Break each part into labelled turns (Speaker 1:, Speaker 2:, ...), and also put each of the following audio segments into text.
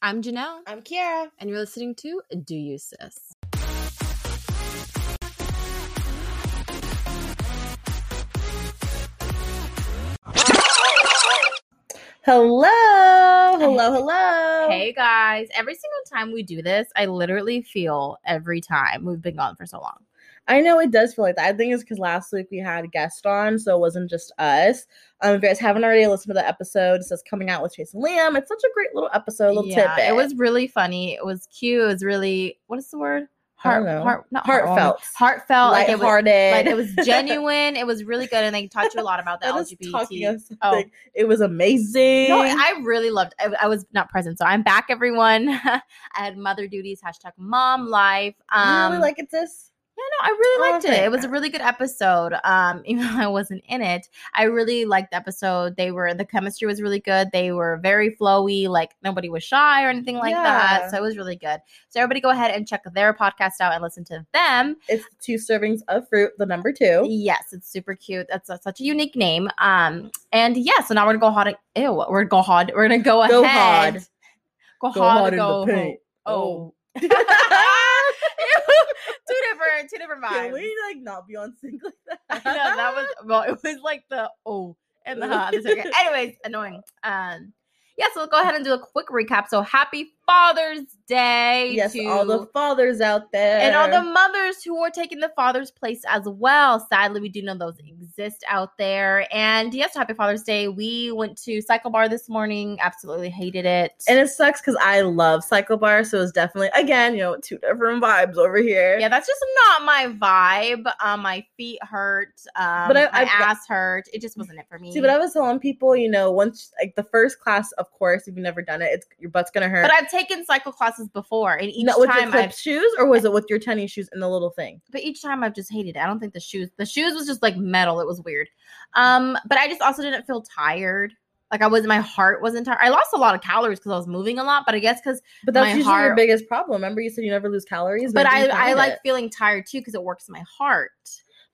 Speaker 1: I'm Janelle,
Speaker 2: I'm Kiara.
Speaker 1: and you're listening to Do You Sis?
Speaker 2: Hello. Hello. Hello.
Speaker 1: Hey guys, every single time we do this, I literally feel every time we've been gone for so long.
Speaker 2: I know it does feel like that. I think it's because last week we had a guest on, so it wasn't just us. Um, if you guys haven't already listened to the episode, it says coming out with Chase and Liam. It's such a great little episode, little tidbit.
Speaker 1: It was really funny. It was cute. It was really what is the word?
Speaker 2: I don't know.
Speaker 1: heart, not
Speaker 2: Heartfelt.
Speaker 1: heartwarming. Heartfelt. Like it was,
Speaker 2: lighthearted.
Speaker 1: like it was genuine. it was really good, and they talked to you a lot about the
Speaker 2: I was talking
Speaker 1: LGBT.
Speaker 2: of something. It was amazing.
Speaker 1: Oh. No, I really loved. I, I was not present, so I'm back, everyone. I had mother duties. Hashtag mom life.
Speaker 2: You
Speaker 1: Um,
Speaker 2: really like it, sis?
Speaker 1: Yeah, no, I really
Speaker 2: Oh,
Speaker 1: liked it. It
Speaker 2: thank
Speaker 1: was a really good episode. Um, even though I wasn't in it, I really liked the episode. They were the chemistry was really good. They were very flowy, like nobody was shy or anything like
Speaker 2: Yeah.
Speaker 1: that. So it was really good. So everybody go ahead and check their podcast out and listen to them.
Speaker 2: It's two servings of fruit, the number two.
Speaker 1: Yes, it's super cute. That's a- such a unique name. Um, and yeah, so now we're gonna go hard. Ew, we're gonna go hard. We're gonna go,
Speaker 2: Go
Speaker 1: ahead.
Speaker 2: hard.
Speaker 1: Go hard.
Speaker 2: Go hard in
Speaker 1: go
Speaker 2: the paint.
Speaker 1: Oh,
Speaker 2: Can
Speaker 1: two different, two different vibes.
Speaker 2: we like not be on sync like
Speaker 1: I know
Speaker 2: that?
Speaker 1: that was well, it was like the oh and the huh. at the same time. Anyways, annoying. Um, yeah, so we'll go ahead and do a quick recap. So happy Father's Day
Speaker 2: yes.
Speaker 1: to
Speaker 2: All the fathers out there
Speaker 1: and all the mothers who are taking the father's place as well. Sadly, we do know those exist out there. And yes, happy Father's Day. We went to Cycle Bar this morning. Absolutely hated it.
Speaker 2: And it sucks because I love Psycho Bar, so it's definitely again, you know, two different vibes over here.
Speaker 1: yeah, that's just not my vibe. Um, my feet hurt. Um,
Speaker 2: But I-
Speaker 1: my
Speaker 2: I've got-
Speaker 1: ass hurt. It just wasn't it for me.
Speaker 2: See, but I was telling people, you know, once like the first class, of course, if you've never done it, it's your butt's gonna hurt.
Speaker 1: But I've taken cycle classes before, and each
Speaker 2: Not with your
Speaker 1: time
Speaker 2: clip
Speaker 1: I've
Speaker 2: shoes, or was it with your tennis shoes and the little thing?
Speaker 1: but each time I've just hated it. I don't think the shoes the shoes was just like metal. It was weird. Um, but I just also didn't feel tired. Like I was my heart wasn't tired. I lost a lot of calories because I was moving a lot, but I guess because
Speaker 2: But that's
Speaker 1: My
Speaker 2: usually your
Speaker 1: heart-
Speaker 2: biggest problem. Remember, you said you never lose calories,
Speaker 1: but
Speaker 2: you
Speaker 1: I,
Speaker 2: find
Speaker 1: I like
Speaker 2: it.
Speaker 1: feeling tired too because it works my heart.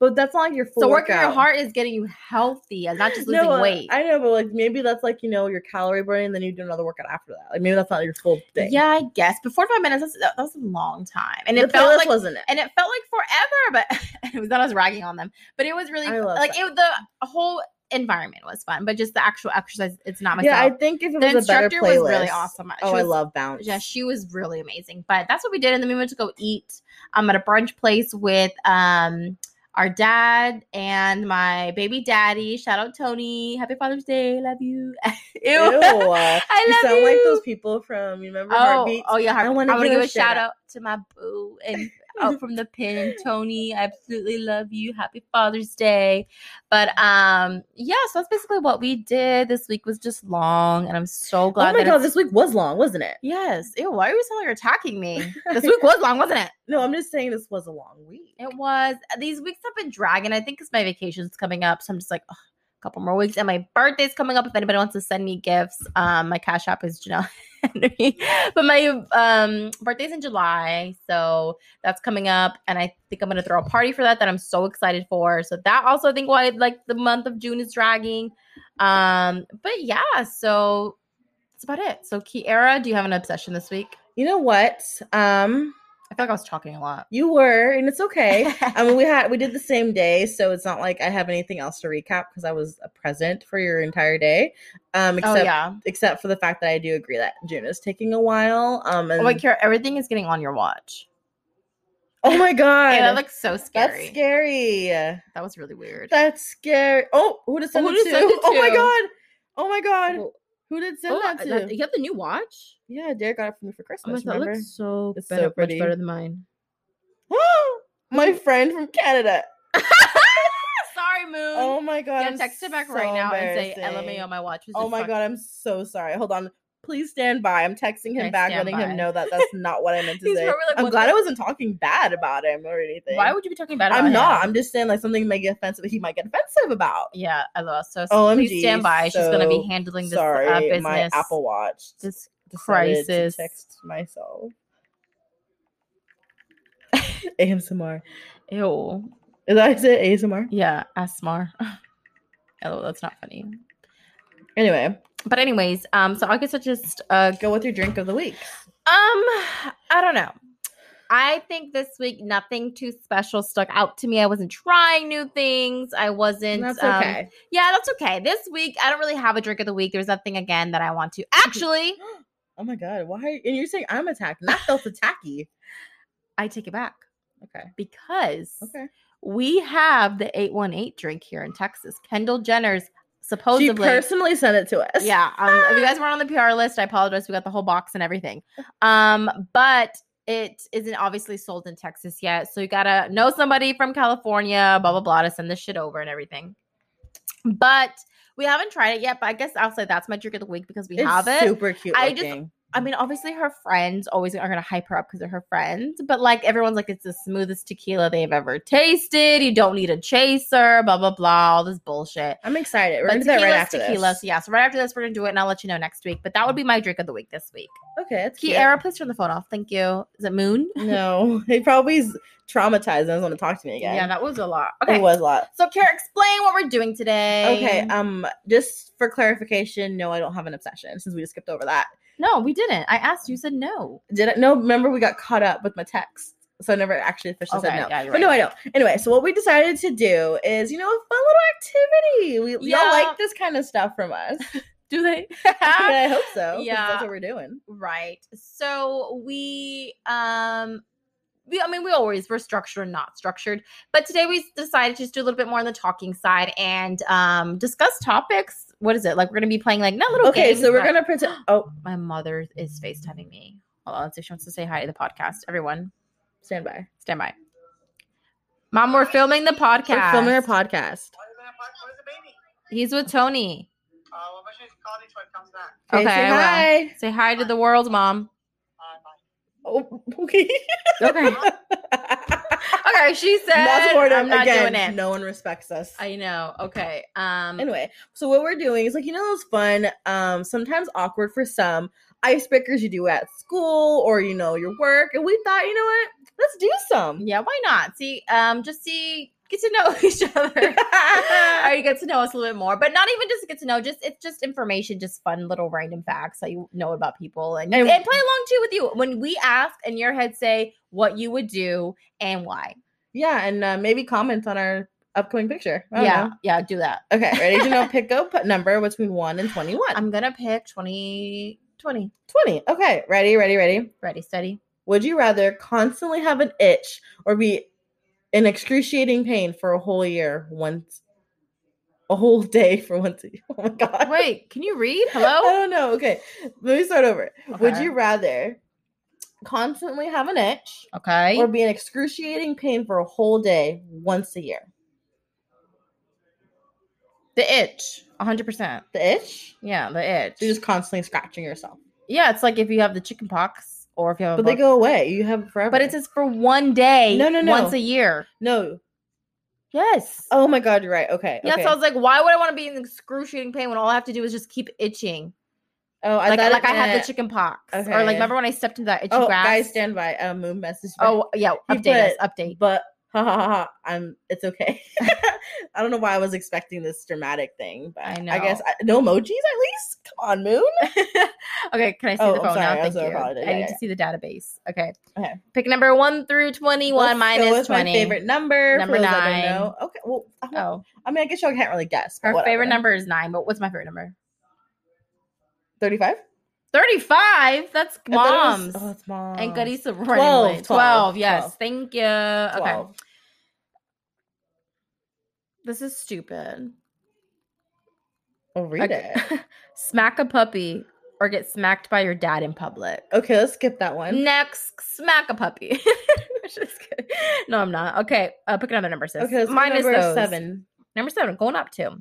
Speaker 2: But that's not like your full
Speaker 1: So working your
Speaker 2: workout.
Speaker 1: heart is getting you healthy and not just losing
Speaker 2: no, uh,
Speaker 1: weight.
Speaker 2: I know, but like maybe that's like you know your calorie burning, then you do another workout after that. Like maybe that's not your full thing.
Speaker 1: yeah, I guess. But 45 minutes, that's, that, that was a long time. And
Speaker 2: and
Speaker 1: it felt like
Speaker 2: wasn't it.
Speaker 1: and it felt like forever but it was not us ragging on them but it was really
Speaker 2: I love
Speaker 1: like it, the whole environment was fun but just the actual exercise it's not myself
Speaker 2: Yeah, I think if it
Speaker 1: the
Speaker 2: was a better
Speaker 1: instructor was
Speaker 2: playlist,
Speaker 1: really awesome She
Speaker 2: Oh, I
Speaker 1: was-
Speaker 2: love bounce.
Speaker 1: yeah she was really amazing but that's what we did and then we went to go eat um at a brunch place with um our dad and my baby daddy shout out tony happy father's day love you Ew.
Speaker 2: Ew. uh,
Speaker 1: i
Speaker 2: you
Speaker 1: love
Speaker 2: sound like
Speaker 1: you.
Speaker 2: those people from you remember
Speaker 1: Oh,
Speaker 2: Heartbeats?
Speaker 1: oh yeah, Harvey. I want
Speaker 2: wanna
Speaker 1: to give, a shout out to my boo and out from the pen, Tony. I absolutely love you. Happy Father's Day. But um, yeah, so that's basically what we did this week. Was just long, and I'm so glad.
Speaker 2: Oh my
Speaker 1: that
Speaker 2: god,
Speaker 1: it's-
Speaker 2: this week was long, wasn't it?
Speaker 1: Yes. Ew, why are you sounding like you're attacking me? This week was long, wasn't it?
Speaker 2: No, I'm just saying this was a long week.
Speaker 1: It was. These weeks have been dragging. I think because my vacation's coming up, so I'm just like. ugh, A couple more weeks, and my birthday's coming up. If anybody wants to send me gifts, um, my cash app is Janelle Henry. but my um birthday's in July, so that's coming up, and I think I'm gonna throw a party for that that I'm so excited for. So that also I think why like the month of June is dragging. Um, but yeah, so that's about it. So Kiara, do you have an obsession this week?
Speaker 2: You know what? Um,
Speaker 1: I feel like I was talking a lot.
Speaker 2: you were, and it's okay. I mean, we had we did the same day, so it's not like I have anything else to recap because I was a present for your entire day. Um,
Speaker 1: oh
Speaker 2: except
Speaker 1: yeah.
Speaker 2: except for the fact that I do agree that June is taking a while. Um, and,
Speaker 1: Oh, wait, Kira, everything is getting on your watch.
Speaker 2: oh my god,
Speaker 1: Yeah, that looks so
Speaker 2: that's
Speaker 1: scary.
Speaker 2: scary.
Speaker 1: That was really weird.
Speaker 2: That's scary. Oh, who did send,
Speaker 1: who
Speaker 2: it,
Speaker 1: to
Speaker 2: to?
Speaker 1: send it
Speaker 2: Oh my
Speaker 1: to?
Speaker 2: god. Oh my god.
Speaker 1: Oh,
Speaker 2: Who did send
Speaker 1: oh,
Speaker 2: that to?
Speaker 1: that- you have the new watch?
Speaker 2: yeah, Derek got it for me for
Speaker 1: Oh my god,
Speaker 2: Christmas.
Speaker 1: that
Speaker 2: remember?
Speaker 1: looks so,
Speaker 2: It's so
Speaker 1: better,
Speaker 2: pretty.
Speaker 1: much better than mine. Oh.
Speaker 2: my friend from Canada.
Speaker 1: Sorry, Moon.
Speaker 2: Oh my god.
Speaker 1: yeah,
Speaker 2: I'm
Speaker 1: text it back
Speaker 2: so
Speaker 1: right now and say
Speaker 2: embarrassing.
Speaker 1: LMAO. My watch was.
Speaker 2: Oh
Speaker 1: in
Speaker 2: my
Speaker 1: fuck-
Speaker 2: god, I'm so sorry. Hold on. Please stand by. I'm texting him
Speaker 1: Okay,
Speaker 2: back,
Speaker 1: stand
Speaker 2: letting
Speaker 1: by.
Speaker 2: him know that that's not what I meant to
Speaker 1: He's
Speaker 2: say.
Speaker 1: probably like,
Speaker 2: I'm
Speaker 1: "What
Speaker 2: glad
Speaker 1: the-
Speaker 2: I wasn't talking bad about him or anything.
Speaker 1: Why would you be talking bad? About
Speaker 2: I'm not.
Speaker 1: him?
Speaker 2: I'm just saying like something may get offensive. He might get offensive about.
Speaker 1: Yeah, I lost. So please
Speaker 2: OMG,
Speaker 1: stand by. She's going to be
Speaker 2: so
Speaker 1: handling this
Speaker 2: Sorry,
Speaker 1: uh, business.
Speaker 2: my Apple Watch.
Speaker 1: This
Speaker 2: decided to
Speaker 1: crisis.
Speaker 2: text myself. ASMR.
Speaker 1: Ew.
Speaker 2: Is that is it? ASMR.
Speaker 1: Yeah, Asmar. Oh, that's not funny.
Speaker 2: Anyway,
Speaker 1: But anyways, um, so I guess I just uh
Speaker 2: Go with your drink of the week.
Speaker 1: um I don't know. I think this week nothing too special stuck out to me. I wasn't trying new things. I wasn't
Speaker 2: That's
Speaker 1: um,
Speaker 2: okay.
Speaker 1: yeah, that's okay. This week I don't really have a drink of the week. There's nothing again that I want to actually
Speaker 2: oh my god, why? And you're saying I'm attacked, not felt attacky.
Speaker 1: I take it back
Speaker 2: Okay.
Speaker 1: because
Speaker 2: Okay.
Speaker 1: we have the 818 drink here in Texas. Kendall Jenner's
Speaker 2: She
Speaker 1: supposedly
Speaker 2: personally sent it to us.
Speaker 1: Yeah. Um, if you guys weren't on the PR list, I apologize. We got the whole box and everything. Um, but it isn't obviously sold in Texas yet. So you gotta know somebody from California, blah blah blah, to send this shit over and everything. But we haven't tried it yet, but I guess I'll say that's my drink of the week because we
Speaker 2: It's
Speaker 1: have it.
Speaker 2: super cute.
Speaker 1: I
Speaker 2: I
Speaker 1: just- I mean, obviously her friends always are gonna hype her up because they're her friends, but like everyone's like, it's the smoothest tequila they've ever tasted. You don't need a chaser, blah blah blah, all this bullshit.
Speaker 2: I'm excited. We're
Speaker 1: But
Speaker 2: gonna do that right
Speaker 1: tequila's
Speaker 2: after
Speaker 1: tequila.
Speaker 2: this.
Speaker 1: So yeah, so right after this, we're gonna do it, and I'll let you know next week. But that would be my drink of the week this week.
Speaker 2: Okay, that's cute.
Speaker 1: Kiara, please turn the phone off. Thank you. Is it Moon?
Speaker 2: No, he probably is traumatized and doesn't want to talk to me
Speaker 1: Yeah,
Speaker 2: again.
Speaker 1: that was a lot.
Speaker 2: It
Speaker 1: Okay,
Speaker 2: was a lot.
Speaker 1: so Kiara, explain what we're doing today.
Speaker 2: Okay, um, just for clarification, no, I don't have an obsession since we just skipped over that.
Speaker 1: no, we didn't. I asked. You said no.
Speaker 2: Did I? No, remember we got caught up with my text, so I never actually officially
Speaker 1: Okay,
Speaker 2: said no.
Speaker 1: yeah, you're
Speaker 2: But no,
Speaker 1: right.
Speaker 2: I don't. Anyway, so what we decided to do is, you know, a fun little activity. We
Speaker 1: Yeah.
Speaker 2: y'all like this kind of stuff from us.
Speaker 1: Do they?
Speaker 2: I, mean, I hope so. 'cause
Speaker 1: Yeah.
Speaker 2: that's what we're doing.
Speaker 1: right. So we um. We, I mean, we always we're structured and not structured, but today we decided to just do a little bit more on the talking side and um discuss topics. What is it like? We're gonna be playing like not little
Speaker 2: Okay,
Speaker 1: games,
Speaker 2: so we're
Speaker 1: but-
Speaker 2: gonna pretend. Oh,
Speaker 1: my mother is FaceTiming me. Hold on, let's see if she wants to say hi to the podcast. Everyone,
Speaker 2: stand by.
Speaker 1: stand by. Mom, we're filming the podcast.
Speaker 2: We're filming our podcast.
Speaker 3: Why is that part? Where's the baby?
Speaker 1: He's with Tony.
Speaker 3: Uh, well, she's called each one comes back.
Speaker 1: Okay,
Speaker 2: say
Speaker 1: well.
Speaker 2: hi.
Speaker 1: Say hi to the world, Mom.
Speaker 3: Uh, bye.
Speaker 2: Oh, okay.
Speaker 1: Okay. okay, she said
Speaker 2: not supportive.
Speaker 1: I'm not
Speaker 2: Again,
Speaker 1: doing it.
Speaker 2: No one respects us.
Speaker 1: I know. Okay. Um
Speaker 2: anyway, so what we're doing is like you know those fun, um, sometimes awkward for some icebreakers you do at school or you know your work, and we thought you know what, let's do some.
Speaker 1: yeah, why not? See, um, just see get to know each other. or you get to know us a little bit more, but not even just get to know. Just it's just information, just fun little random facts that you know about people, and and,
Speaker 2: And-
Speaker 1: play along too with you. When we ask, and your head say what you would do and why.
Speaker 2: yeah, and uh, maybe comment on our upcoming picture. I don't
Speaker 1: Yeah,
Speaker 2: know.
Speaker 1: yeah, do that.
Speaker 2: Okay, ready to know? Pick a p- number between one and twenty-one.
Speaker 1: I'm gonna pick 20, 20.
Speaker 2: twenty. Okay, ready, ready, ready.
Speaker 1: Ready, steady.
Speaker 2: Would you rather constantly have an itch or be in excruciating pain for a whole year once, a whole day for once? a- Oh my god!
Speaker 1: Wait, can you read?
Speaker 2: I
Speaker 1: Hello.
Speaker 2: don't know. Okay, let me start over. Would
Speaker 1: Okay.
Speaker 2: you rather constantly have an itch
Speaker 1: Okay.
Speaker 2: or be in excruciating pain for a whole day once a year?
Speaker 1: The itch, hundred percent.
Speaker 2: The itch,
Speaker 1: Yeah, the itch.
Speaker 2: you're just constantly scratching yourself,
Speaker 1: yeah, it's like if you have the chicken pox or if you have.
Speaker 2: but they
Speaker 1: bug-
Speaker 2: go away. You have it forever.
Speaker 1: But it's just for one day.
Speaker 2: No, no, no.
Speaker 1: Once a year.
Speaker 2: no.
Speaker 1: Yes.
Speaker 2: Oh my god, you're right. Okay.
Speaker 1: Yeah,
Speaker 2: okay.
Speaker 1: so I was like, why would I want to be in excruciating pain when all I have to do is just keep itching?
Speaker 2: oh, I
Speaker 1: like
Speaker 2: thought
Speaker 1: like
Speaker 2: it
Speaker 1: I had the
Speaker 2: meant-
Speaker 1: chicken pox. Or like
Speaker 2: Okay.
Speaker 1: remember when I stepped into that itchy
Speaker 2: Oh,
Speaker 1: grass?
Speaker 2: guys, stand by. A moon message.
Speaker 1: oh yeah,
Speaker 2: You
Speaker 1: update us, update.
Speaker 2: but ha ha ha, ha I'm it's okay. I don't know why I was expecting this dramatic thing, but
Speaker 1: I
Speaker 2: I, guess
Speaker 1: know.
Speaker 2: I, no emojis at least. Come on, Moon.
Speaker 1: okay, can I see
Speaker 2: Oh,
Speaker 1: the
Speaker 2: I'm
Speaker 1: phone
Speaker 2: sorry, I
Speaker 1: now? Thank
Speaker 2: was
Speaker 1: you.
Speaker 2: so apologetic.
Speaker 1: I
Speaker 2: Yeah,
Speaker 1: need
Speaker 2: yeah,
Speaker 1: to see the database. Okay.
Speaker 2: Okay.
Speaker 1: Pick number one through twenty one
Speaker 2: Let's go
Speaker 1: minus
Speaker 2: with
Speaker 1: twenty.
Speaker 2: My favorite number.
Speaker 1: Number
Speaker 2: for those that
Speaker 1: nine.
Speaker 2: don't know. Okay. Well, I don't-
Speaker 1: Oh.
Speaker 2: I mean, I guess y'all can't really guess.
Speaker 1: Her favorite number is nine, but what's my favorite number?
Speaker 2: Thirty-five.
Speaker 1: Thirty five? That's mom's.
Speaker 2: Oh, it's mom.
Speaker 1: and goodies are running
Speaker 2: 12,
Speaker 1: late.
Speaker 2: 12,
Speaker 1: 12, yes.
Speaker 2: 12.
Speaker 1: Thank you. Okay.
Speaker 2: Twelve.
Speaker 1: This is stupid.
Speaker 2: Well, read
Speaker 1: Okay.
Speaker 2: it.
Speaker 1: smack a puppy or get smacked by your dad in public.
Speaker 2: Okay, let's skip that one.
Speaker 1: Next, smack a puppy. Just kidding. no, I'm not. Okay, uh, pick another number, sis.
Speaker 2: Okay, let's skip
Speaker 1: Minus
Speaker 2: number
Speaker 1: those.
Speaker 2: seven.
Speaker 1: Number seven, going up to.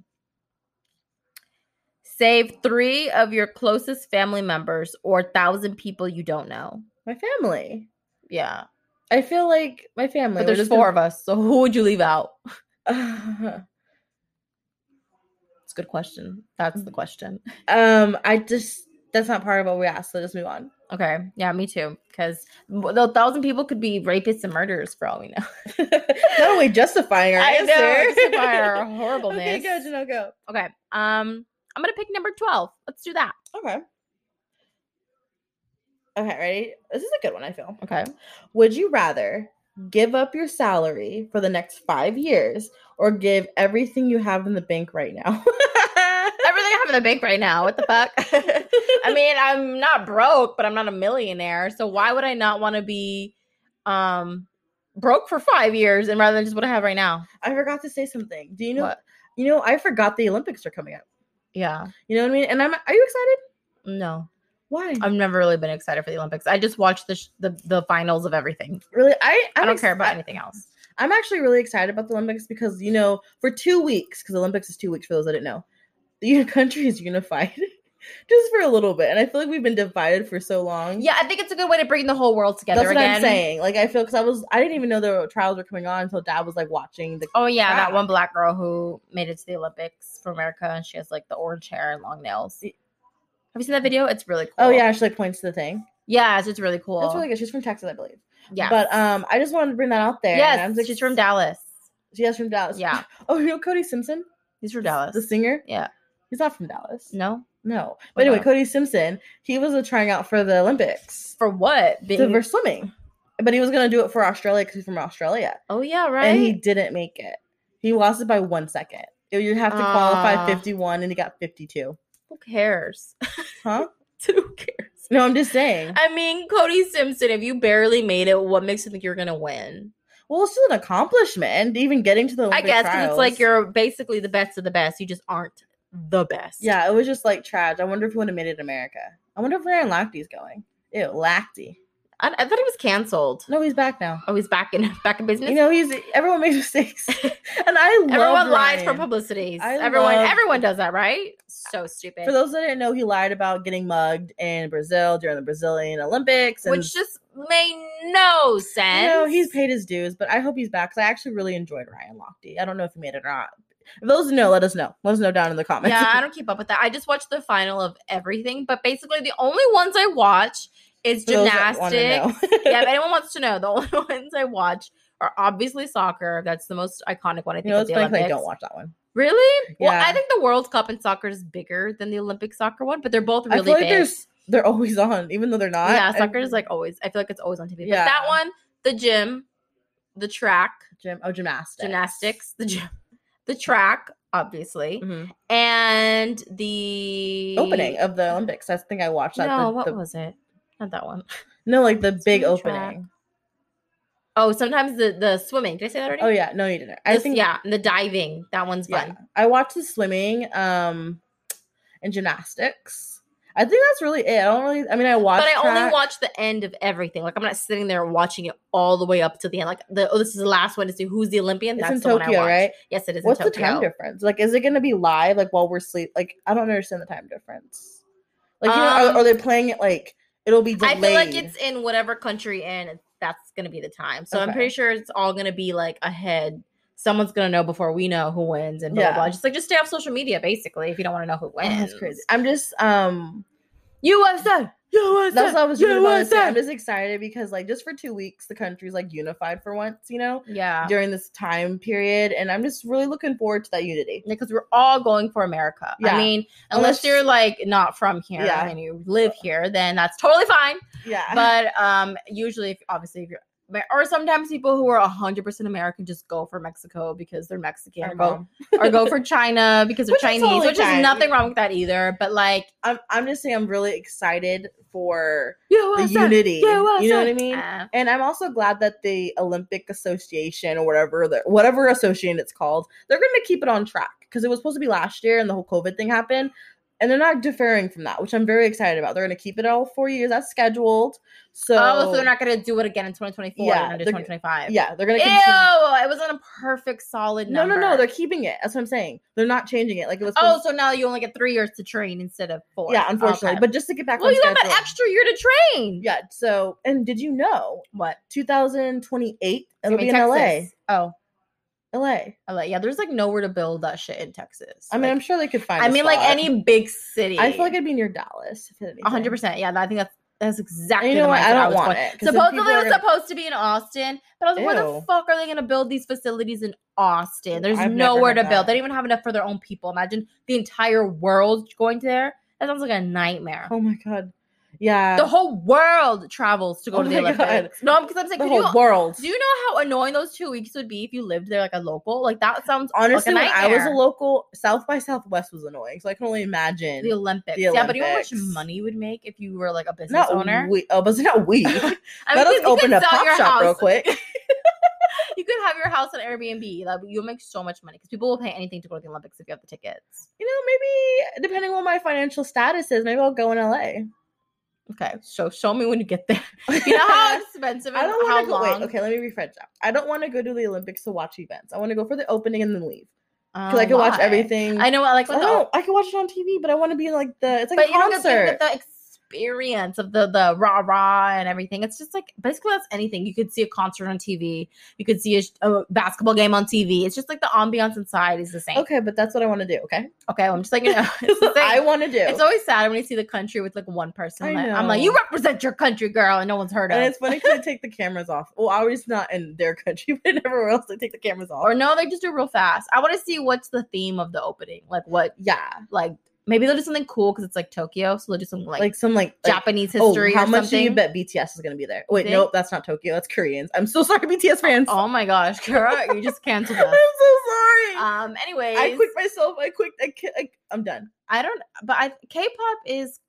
Speaker 1: Save three of your closest family members or thousand people you don't know.
Speaker 2: My family.
Speaker 1: Yeah,
Speaker 2: I feel like my family.
Speaker 1: but there's 4 of us, so who would you leave out? It's a good question. That's
Speaker 2: Mm-hmm.
Speaker 1: the question.
Speaker 2: um, I just that's not part of what we asked. So just move on.
Speaker 1: Okay, yeah, me too. Because the thousand people could be rapists and murderers for all we know.
Speaker 2: Not only justifying our
Speaker 1: I
Speaker 2: answer.
Speaker 1: know. Justify our horribleness.
Speaker 2: okay, go, Janelle, go.
Speaker 1: Okay. Um. I'm gonna pick number twelve. Let's do that.
Speaker 2: Okay. Okay, ready? This is a good one, I feel.
Speaker 1: Okay.
Speaker 2: Would you rather give up your salary for the next five years or give everything you have in the bank right now?
Speaker 1: Everything I have in the bank right now. What the fuck? I mean, I'm not broke, but I'm not a millionaire. So why would I not want to be um broke for five years and rather than just what I have right now?
Speaker 2: I forgot to say something. Do you know?
Speaker 1: What?
Speaker 2: You know, I forgot the Olympics are coming up.
Speaker 1: Yeah.
Speaker 2: You know what I mean? And I'm. Are you excited?
Speaker 1: No.
Speaker 2: Why?
Speaker 1: I've never really been excited for the Olympics. I just watched the sh- the, the finals of everything.
Speaker 2: really, I. I'm
Speaker 1: I don't
Speaker 2: ex-
Speaker 1: care about
Speaker 2: I-
Speaker 1: anything else.
Speaker 2: I'm actually really excited about the Olympics because you know, for two weeks, because Olympics is two weeks for those that didn't know, the u- country is unified just for a little bit, and I feel like we've been divided for so long.
Speaker 1: Yeah, I think it's a good way to bring the whole world together
Speaker 2: that's what
Speaker 1: again.
Speaker 2: I'm saying. Like I feel because I was, I didn't even know the trials were coming on until Dad was like watching the.
Speaker 1: Oh yeah, that
Speaker 2: Wow.
Speaker 1: one black girl who made it to the Olympics for America, and she has like the orange hair and long nails.
Speaker 2: Y-
Speaker 1: Have you seen that video? It's really cool.
Speaker 2: Oh yeah, she like points to the thing.
Speaker 1: yeah, it's, it's really cool.
Speaker 2: That's really good. She's from Texas, I believe.
Speaker 1: yeah,
Speaker 2: But um, I just wanted to bring that out there. and
Speaker 1: yes,
Speaker 2: I'm just-
Speaker 1: she's from Dallas.
Speaker 2: Yes, from Dallas.
Speaker 1: Yeah.
Speaker 2: Oh, you know Cody Simpson,
Speaker 1: He's from Dallas.
Speaker 2: the singer.
Speaker 1: Yeah.
Speaker 2: He's not from Dallas.
Speaker 1: no,
Speaker 2: No.
Speaker 1: Wait,
Speaker 2: But anyway,
Speaker 1: no.
Speaker 2: Cody Simpson, he was a trying out for the Olympics.
Speaker 1: for what?
Speaker 2: So
Speaker 1: Being-
Speaker 2: for swimming. But he was gonna do it for Australia because he's from Australia,
Speaker 1: oh yeah, right.
Speaker 2: and he didn't make it. He lost it by one second. You have to qualify
Speaker 1: Ah.
Speaker 2: 51, and he got 52.
Speaker 1: who cares?
Speaker 2: Huh?
Speaker 1: who cares?
Speaker 2: No, I'm just saying.
Speaker 1: I mean, Cody Simpson. If you barely made it, what makes you think you're gonna win?
Speaker 2: well, it's still an accomplishment, even getting to the. Olympic
Speaker 1: I guess because it's like
Speaker 2: trials.
Speaker 1: you're basically the best of the best. You just aren't the best.
Speaker 2: Yeah, it was just like trash. I wonder if he would have made it in America. I wonder if Ryan Lochte going. Ew, Lochte.
Speaker 1: I, I thought he was canceled.
Speaker 2: No, he's back now.
Speaker 1: Oh, he's back in back in business.
Speaker 2: You know, he's everyone makes mistakes, and I love
Speaker 1: Everyone lies for
Speaker 2: Ryan.
Speaker 1: publicities.
Speaker 2: I
Speaker 1: everyone,
Speaker 2: love-
Speaker 1: everyone does that, right? So stupid.
Speaker 2: For those that didn't know, he lied about getting mugged in Brazil during the Brazilian Olympics, and
Speaker 1: which just made no sense.
Speaker 2: You know, he's paid his dues, but I hope he's back because I actually really enjoyed Ryan Lochte. I don't know if he made it or not. If those know, let us know. Let us know down in the comments.
Speaker 1: yeah, I don't keep up with that. I just watch the final of everything, but basically the only ones I watch is
Speaker 2: For those that wanna
Speaker 1: gymnastics.
Speaker 2: know.
Speaker 1: yeah, if anyone wants to know, the only ones I watch are obviously soccer. That's the most iconic one I think
Speaker 2: you know,
Speaker 1: of
Speaker 2: it's
Speaker 1: the
Speaker 2: funny 'cause
Speaker 1: Olympics.
Speaker 2: I don't watch that one.
Speaker 1: Really? Well,
Speaker 2: Yeah.
Speaker 1: I think the World Cup in soccer is bigger than the Olympic soccer one, but they're both really
Speaker 2: I feel like
Speaker 1: big.
Speaker 2: there's they're always on, even though they're not.
Speaker 1: yeah,
Speaker 2: I-
Speaker 1: soccer is like always. I feel like it's always on TV. But
Speaker 2: Yeah.
Speaker 1: that one, the gym, the track,
Speaker 2: gym. Oh, gymnastics.
Speaker 1: gymnastics, the gym, the track, obviously,
Speaker 2: Mhm.
Speaker 1: and the
Speaker 2: Opening of the Olympics. I think I watched that.
Speaker 1: No,
Speaker 2: the-
Speaker 1: what
Speaker 2: the-
Speaker 1: was it? Not that one.
Speaker 2: no, like the big
Speaker 1: Swim track.
Speaker 2: opening.
Speaker 1: Oh, sometimes the the swimming. Did I say that already?
Speaker 2: Oh yeah, no, you didn't. I
Speaker 1: This-
Speaker 2: think
Speaker 1: yeah, and the diving. That one's
Speaker 2: yeah.
Speaker 1: fun.
Speaker 2: I watched the swimming, um, and gymnastics. I think that's really it. I don't really. I mean, I watched.
Speaker 1: But I only
Speaker 2: track.
Speaker 1: watch the end of everything. Like I'm not sitting there watching it all the way up to the end. Like the oh, this is the last one to see who's the Olympian.
Speaker 2: It's
Speaker 1: That's
Speaker 2: in
Speaker 1: the one I
Speaker 2: Tokyo,
Speaker 1: watch.
Speaker 2: right?
Speaker 1: Yes, it is.
Speaker 2: What's
Speaker 1: in
Speaker 2: the
Speaker 1: Tokyo.
Speaker 2: time difference? Like, is it going to be live, like while we're sleep? Like, I don't understand the time difference. Like, you know,
Speaker 1: Um,
Speaker 2: are, are they playing it like it'll be delayed?
Speaker 1: I feel like it's in whatever country and that's gonna be the time. So I'm
Speaker 2: Okay.
Speaker 1: pretty sure it's all gonna be like ahead. Someone's gonna know before we know who wins and blah blah
Speaker 2: Yeah.
Speaker 1: blah. Just like just stay off social media basically if you don't want to know who
Speaker 2: Oh,
Speaker 1: wins.
Speaker 2: that's crazy. I'm just um.
Speaker 1: USA, USA.
Speaker 2: That's what I was really about to say.
Speaker 1: USA.
Speaker 2: I'm just excited because like just for two weeks the country's like unified for once, you know,
Speaker 1: Yeah,
Speaker 2: during this time period, and I'm just really looking forward to that unity.
Speaker 1: because we're all going for America. I
Speaker 2: Yeah.
Speaker 1: mean, unless,
Speaker 2: Unless-
Speaker 1: you're like not from here
Speaker 2: Yeah.
Speaker 1: and you live here, then that's totally fine.
Speaker 2: Yeah,
Speaker 1: But um, usually, if, obviously, if you're or sometimes people who are 100% American just go for Mexico because they're Mexican.
Speaker 2: Our
Speaker 1: or go
Speaker 2: mom.
Speaker 1: or go for China because they're
Speaker 2: Which is
Speaker 1: Chinese,
Speaker 2: totally
Speaker 1: which is
Speaker 2: fine.
Speaker 1: nothing wrong with that either. But like,
Speaker 2: I'm I'm just saying I'm really excited for the
Speaker 1: USA,
Speaker 2: unity. You know what
Speaker 1: USA.
Speaker 2: I mean?
Speaker 1: Uh,
Speaker 2: And I'm also glad that the Olympic Association or whatever the, whatever association it's called, they're going to keep it on track because it was supposed to be last year and the whole COVID thing happened. And they're not deferring from that, which I'm very excited about. They're going to keep it all four years as scheduled. So,
Speaker 1: oh, so they're not gonna do it again in 2024
Speaker 2: Yeah,
Speaker 1: and into
Speaker 2: they're-
Speaker 1: 2025.
Speaker 2: Yeah, they're going
Speaker 1: Ew!
Speaker 2: to continue.
Speaker 1: It was on a perfect solid
Speaker 2: No,
Speaker 1: number.
Speaker 2: no, no. They're keeping it. That's what I'm saying. They're not changing it. Like it was.
Speaker 1: oh,
Speaker 2: supposed-
Speaker 1: so now you only get three years to train instead of four.
Speaker 2: yeah, unfortunately.
Speaker 1: Okay.
Speaker 2: But just to get back
Speaker 1: well,
Speaker 2: on
Speaker 1: you got
Speaker 2: schedule.
Speaker 1: that extra year to train.
Speaker 2: yeah. So, and did you know
Speaker 1: What?
Speaker 2: 2028
Speaker 1: I
Speaker 2: it'll
Speaker 1: mean,
Speaker 2: be in
Speaker 1: Texas. Oh,
Speaker 2: LA? LA.
Speaker 1: LA. Yeah, there's like nowhere to build that shit in Texas.
Speaker 2: I mean,
Speaker 1: Like,
Speaker 2: I'm sure they could find.
Speaker 1: I
Speaker 2: a
Speaker 1: mean, like
Speaker 2: spot.
Speaker 1: any big city.
Speaker 2: I feel like it'd be near Dallas. If anything.
Speaker 1: hundred percent. Yeah, I think that's That's
Speaker 2: And
Speaker 1: exactly.
Speaker 2: you know
Speaker 1: the
Speaker 2: what?
Speaker 1: mindset
Speaker 2: I don't
Speaker 1: was
Speaker 2: want
Speaker 1: going-
Speaker 2: it. 'cause then people
Speaker 1: Supposedly,
Speaker 2: are
Speaker 1: it was
Speaker 2: gonna-
Speaker 1: supposed to be in Austin, but I was like, where the
Speaker 2: Ew.
Speaker 1: fuck are they going to build these facilities in Austin? There's
Speaker 2: I've never
Speaker 1: nowhere to
Speaker 2: heard
Speaker 1: build.
Speaker 2: that.
Speaker 1: They don't even have enough for their own people. Imagine the entire world going to there. That sounds like a nightmare.
Speaker 2: Oh my god. Yeah.
Speaker 1: The whole world travels to go
Speaker 2: Oh
Speaker 1: to the
Speaker 2: my God.
Speaker 1: Olympics. No, because I'm saying,
Speaker 2: the
Speaker 1: could you-
Speaker 2: whole world.
Speaker 1: do you know how annoying those two weeks would be if you lived there like a local? Like that sounds like a
Speaker 2: Honestly, when I was a
Speaker 1: nightmare.
Speaker 2: local, South by Southwest was annoying, so I can only imagine.
Speaker 1: The Olympics.
Speaker 2: The
Speaker 1: Yeah, but you know how much
Speaker 2: Olympics.
Speaker 1: money you would make if you were like a business
Speaker 2: not
Speaker 1: owner?
Speaker 2: we. Oh, but it's not we.
Speaker 1: I
Speaker 2: Let us
Speaker 1: you could
Speaker 2: open a
Speaker 1: sell
Speaker 2: pop
Speaker 1: your
Speaker 2: shop real
Speaker 1: house.
Speaker 2: quick.
Speaker 1: You could have your house on Airbnb. Like you'll make so much money because people will pay anything to go to the Olympics if you have the tickets.
Speaker 2: you know, maybe depending on my financial status is, maybe I'll go in LA.
Speaker 1: Okay, so show me when you get there. You know how expensive and
Speaker 2: I don't
Speaker 1: how
Speaker 2: want to go.
Speaker 1: long.
Speaker 2: Wait, okay, let me rephrase that. I don't want to go to the Olympics to watch events. I want to go for the opening and then leave
Speaker 1: Um,
Speaker 2: because I can watch
Speaker 1: why?
Speaker 2: everything.
Speaker 1: I know. I like
Speaker 2: I
Speaker 1: when the,
Speaker 2: don't- Oh, I can watch it on TV, but I want to be in, like the. It's like
Speaker 1: but
Speaker 2: a
Speaker 1: you don't get to get
Speaker 2: concert.
Speaker 1: the experience of the the rah rah and everything. It's just like basically that's anything. You could see a concert on TV. You could see a, sh- a basketball game on TV. It's just like the ambiance inside is the same. Okay,
Speaker 2: okay, but that's what I want to do. Okay,
Speaker 1: well, I'm just like you know. It's the
Speaker 2: I
Speaker 1: same.
Speaker 2: want to do.
Speaker 1: It's always sad when you see the country with like one person.
Speaker 2: I
Speaker 1: like, I'm like,
Speaker 2: know.
Speaker 1: you represent your country, girl, and no one's heard of.
Speaker 2: and it's funny because they take the cameras off. Well, always not in their country, but everywhere else they take the cameras off.
Speaker 1: or no, they just do it real fast. I want to see what's the theme of the opening. Like what?
Speaker 2: yeah,
Speaker 1: Like maybe they'll do something cool because it's like Tokyo, so they'll do something like,
Speaker 2: like, some like, like,
Speaker 1: Japanese
Speaker 2: oh,
Speaker 1: history
Speaker 2: how
Speaker 1: or
Speaker 2: much do
Speaker 1: something.
Speaker 2: you bet BTS is going to be there? Wait,
Speaker 1: Think-
Speaker 2: nope, that's not Tokyo. That's Koreans. I'm so sorry, BTS fans.
Speaker 1: Oh my gosh, Kara, you just
Speaker 2: I'm so
Speaker 1: canceled us.
Speaker 2: sorry.
Speaker 1: Um. Anyways,
Speaker 2: I quit myself. I quit. I, qui- I, I'm done.
Speaker 1: I don't, but I K-pop is